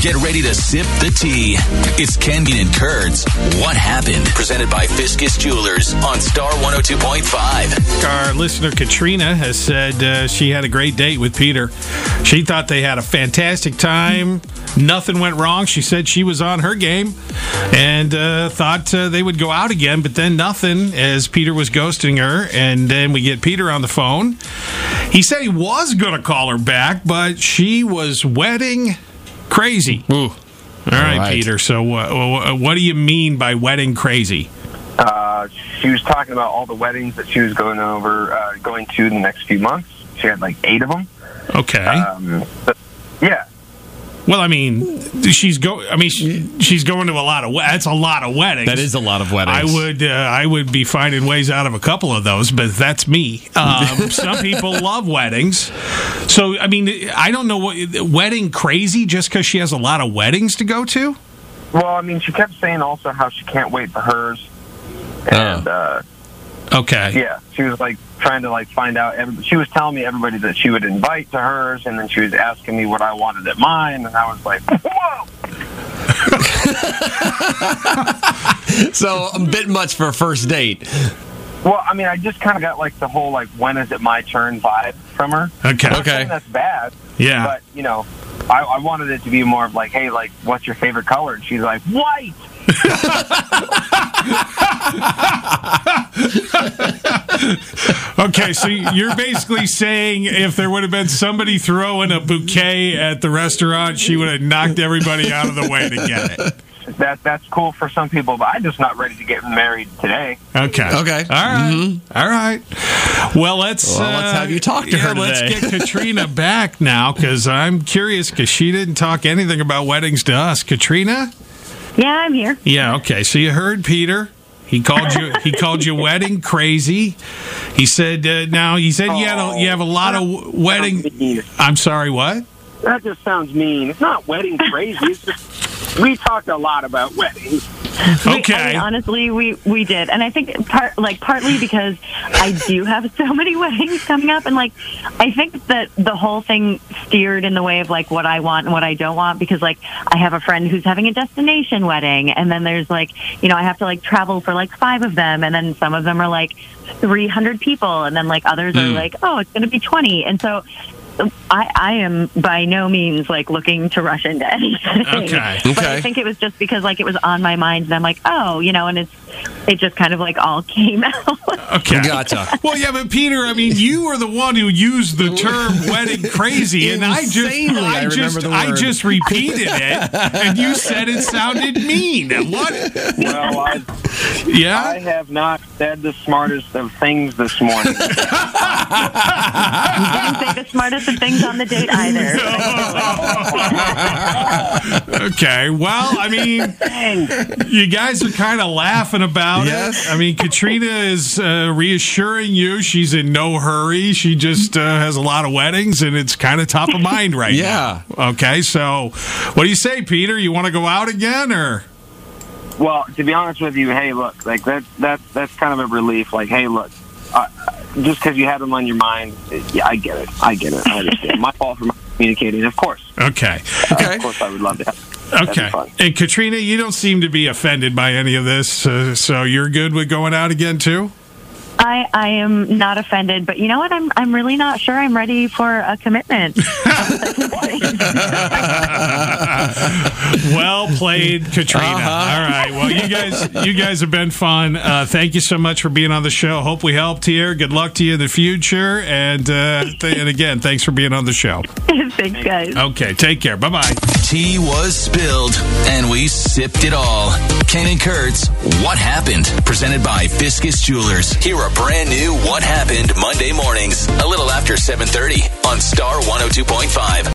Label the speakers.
Speaker 1: Get ready to sip the tea. It's Kenyon and Kurtz. What happened? Presented by Fiscus Jewelers on Star 102.5.
Speaker 2: Our listener Katrina has said uh, she had a great date with Peter. She thought they had a fantastic time. Nothing went wrong. She said she was on her game and uh, thought uh, they would go out again, but then nothing as Peter was ghosting her. And then we get Peter on the phone. He said he was going to call her back, but she was wedding crazy.
Speaker 3: Ooh.
Speaker 2: All right,
Speaker 3: right.
Speaker 2: Peter. So, wha- wha- what do you mean by wedding crazy?
Speaker 4: Uh, she was talking about all the weddings that she was going over, uh, going to in the next few months. She had like eight of them.
Speaker 2: Okay.
Speaker 4: Um, but, yeah,
Speaker 2: well, I mean, she's go. I mean, she, she's going to a lot of. We- that's a lot of weddings.
Speaker 3: That is a lot of weddings.
Speaker 2: I would uh, I would be finding ways out of a couple of those, but that's me. Um, some people love weddings, so I mean, I don't know what wedding crazy just because she has a lot of weddings to go to.
Speaker 4: Well, I mean, she kept saying also how she can't wait for hers, and uh,
Speaker 2: Okay,
Speaker 4: yeah, she was like trying to like find out. Every- she was telling me everybody that she would invite to hers, and then she was asking me what I wanted at mine, and I was like, whoa.
Speaker 3: So a bit much for a first date.
Speaker 4: Well, I mean, I just kind of got like the whole like when is it my turn vibe from her.
Speaker 2: okay,
Speaker 3: Okay.
Speaker 4: saying that's bad.
Speaker 2: Yeah.
Speaker 4: But you know, I, I wanted it to be more of like, hey, like, what's your favorite color? And she's like, white.
Speaker 2: okay. So you're basically saying if there would have been somebody throwing a bouquet at the restaurant, she would have knocked everybody out of the way to get it.
Speaker 4: That that's cool for some people, but I'm just not ready to get married today.
Speaker 2: Okay.
Speaker 3: Okay. Mm-hmm.
Speaker 2: All right. All right. Well, let's uh,
Speaker 3: Well, let's have you talk to
Speaker 2: yeah,
Speaker 3: her
Speaker 2: Let's
Speaker 3: today.
Speaker 2: get Katrina back now because I'm curious because she didn't talk anything about weddings to us. Katrina.
Speaker 5: Yeah, I'm here.
Speaker 2: Yeah. Okay. So you heard Peter. He called you. He called you wedding crazy. He said. Uh, now he said you had a, you have a lot of w- wedding. I'm sorry. What?
Speaker 6: That just sounds mean. It's not wedding crazy. It's just we talked a lot about weddings.
Speaker 5: We-
Speaker 2: Okay.
Speaker 5: I mean, honestly, we we did, and I think part like partly because I do have so many weddings coming up, and like I think that the whole thing steered in the way of like what I want and what I don't want because like I have a friend who's having a destination wedding, and then there's like you know I have to like travel for like five of them, and then some of them are like 300 people, and then like others
Speaker 2: Hmm.
Speaker 5: are like oh it's going to be 20, and so. I, I am by no means like looking to rush into anything.
Speaker 2: Okay.
Speaker 5: But
Speaker 3: Okay.
Speaker 5: I think it was just because like it was on my mind, and I'm like, oh, you know, and it's it just kind of like all came out.
Speaker 2: Okay.
Speaker 3: Gotcha.
Speaker 2: Well, yeah, but Peter, I mean, you were the one who used the term "wedding crazy," and I just,
Speaker 3: Insanely, I
Speaker 2: I
Speaker 3: remember
Speaker 2: just,
Speaker 3: the
Speaker 2: I
Speaker 3: word.
Speaker 2: just repeated it, and you said it sounded mean. What?
Speaker 4: Well, I, I
Speaker 2: Yeah.
Speaker 4: have not said the smartest of things this morning.
Speaker 5: didn't say the smartest of things on the date either.
Speaker 2: Okay. Well, I mean, you guys are kind of laughing about
Speaker 3: Yes.
Speaker 2: it. I mean, Katrina is uh, reassuring you she's in no hurry. She just uh, has a lot of weddings, and it's kind of top of mind right
Speaker 3: Yeah.
Speaker 2: now. Okay. So, what do you say, Peter? You want to go out again, or?
Speaker 4: well, to be honest with you, hey, look, like that that that's kind of a relief. Like, hey, look, uh, just because you had them on your mind, yeah, I get it. I get it. I understand. my fault for not communicating, of course.
Speaker 2: Okay.
Speaker 3: Okay.
Speaker 4: Of course, I would love to. Have That'd be
Speaker 2: Okay.
Speaker 4: fun.
Speaker 2: And Katrina, you don't seem to be offended by any of this, uh, so you're good with going out again too.
Speaker 5: I I am not offended, but you know what? I'm I'm really not sure I'm ready for a commitment.
Speaker 2: Well played, Katrina.
Speaker 3: Uh-huh.
Speaker 2: All right. Well, you guys, you guys have been fun. Uh, thank you so much for being on the show. Hope we helped here. Good luck to you in the future, and uh, th- and again, thanks for being on the show.
Speaker 5: Thanks, guys.
Speaker 2: Okay. Take care. Bye bye.
Speaker 1: Tea was spilled, and we sipped it all. Ken and Kurtz, What Happened? Presented by Fiscus Jewelers. Here are brand new oh What Happened Monday mornings, a little after 7.30 on Star 102.5.